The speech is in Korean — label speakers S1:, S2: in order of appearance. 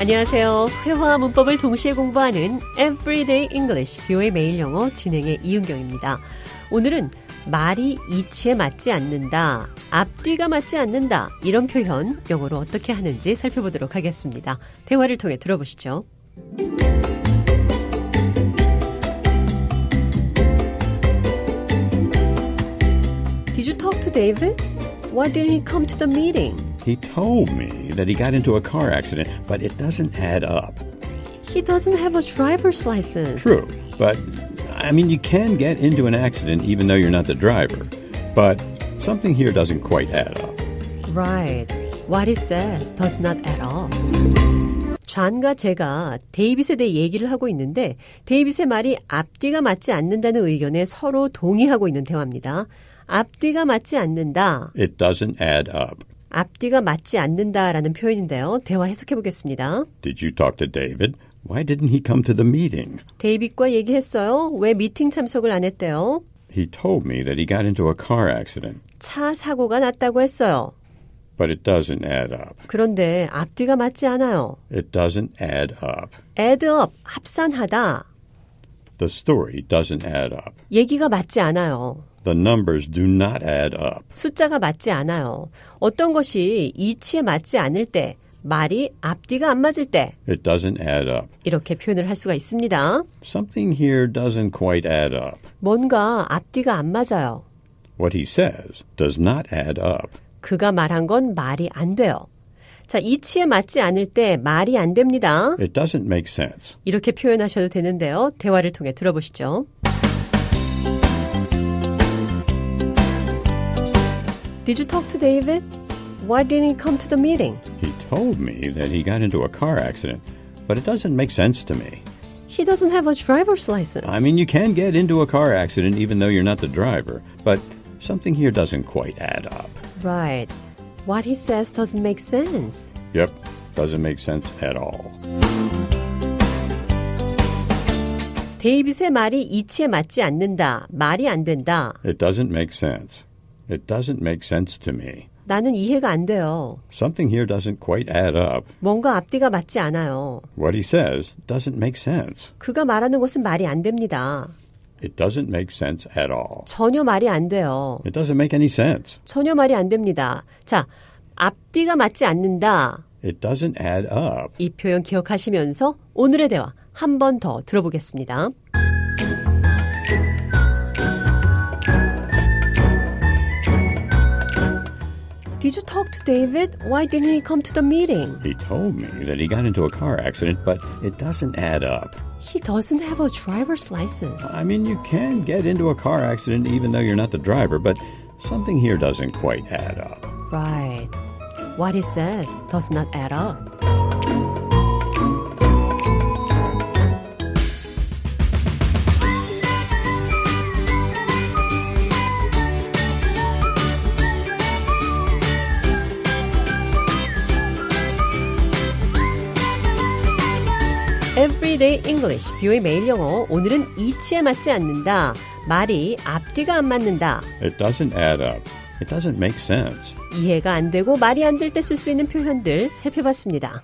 S1: 안녕하세요. 회화와 문법을 동시에 공부하는 Everyday English 뷰의 매일 영어 진행의 이은경입니다. 오늘은 말이 이치에 맞지 않는다, 앞뒤가 맞지 않는다 이런 표현 영어로 어떻게 하는지 살펴보도록 하겠습니다. 대화를 통해 들어보시죠. Did you talk to David? Why didn't he come to the meeting?
S2: He told me that he got into a car accident, but it doesn't add up.
S1: He doesn't have a driver's license.
S2: True, but I mean, you can get into an accident even though you're not the driver. But something here doesn't quite add up.
S1: Right. What he says does not at all. 좌과 제가 데이빗에 대해 얘기를 하고 있는데 데이빗의 말이 앞뒤가 맞지 않는다는 의견에 서로 동의하고 있는 대화입니다. 앞뒤가 맞지 않는다.
S2: It doesn't add up.
S1: 앞뒤가 맞지 않는다라는 표현인데요. 대화 해석해 보겠습니다.
S2: Did you talk to David? Why didn't he come to the meeting?
S1: 데이빗과 얘기했어요. 왜 미팅 참석을 안 했대요?
S2: He told me that he got into a car accident,
S1: 차 사고가 났다고 했어요.
S2: but it doesn't add up.
S1: 그런데 앞뒤가 맞지 않아요.
S2: It doesn't add up.
S1: add up, 합산하다.
S2: The story doesn't add up.
S1: 얘기가 맞지 않아요.
S2: The numbers do not add up.
S1: 숫자가 맞지 않아요. 어떤 것이 이치에 맞지 않을 때, 말이 앞뒤가 안 맞을 때,
S2: It doesn't add up.
S1: 이렇게 표현을 할 수가 있습니다.
S2: Something here doesn't quite add up.
S1: 뭔가 앞뒤가 안 맞아요.
S2: What he says does not add up.
S1: 그가 말한 건 말이 안 돼요. 자, 이치에 맞지 않을 때 말이 안 됩니다.
S2: It doesn't make sense.
S1: 이렇게 표현하셔도 되는데요. 대화를 통해 들어보시죠. Did you talk to David? Why didn't he come to the meeting?
S2: He told me that he got into a car accident, but it doesn't make sense to me.
S1: He doesn't have a driver's license.
S2: I mean, you can get into a car accident even though you're not the driver, but something here doesn't quite add up.
S1: right. What he says doesn't make sense.
S2: Yep, doesn't make sense at all.
S1: 데이빗의 말이 이치에 맞지 않는다. 말이 안 된다.
S2: It doesn't make sense. It doesn't make sense to me.
S1: 나는 이해가 안 돼요.
S2: Something here doesn't quite add up.
S1: 뭔가 앞뒤가 맞지 않아요.
S2: What he says doesn't make sense.
S1: 그가 말하는 것은 말이 안 됩니다.
S2: It doesn't make sense at all.
S1: 전혀 말이 안 돼요.
S2: It doesn't make any sense.
S1: 전혀 말이 안 됩니다. 자, 앞뒤가 맞지 않는다.
S2: It doesn't add up.
S1: 이 표현 기억하시면서 오늘의 대화 한 번 더 들어보겠습니다. Did you talk to David? Why didn't he come to the meeting?
S2: He told me that he got into a car accident, but it doesn't add up.
S1: He doesn't have a driver's license.
S2: I mean, you can get into a car accident even though you're not the driver, but something here doesn't quite add up.
S1: Right. What he says does not add up. Everyday English, 뷰의 매일 영어. 오늘은 이치에 맞지 않는다. 말이 앞뒤가 안 맞는다.
S2: It doesn't add up. It doesn't make sense.
S1: 이해가 안 되고 말이 안 될 때 쓸 수 있는 표현들 살펴봤습니다.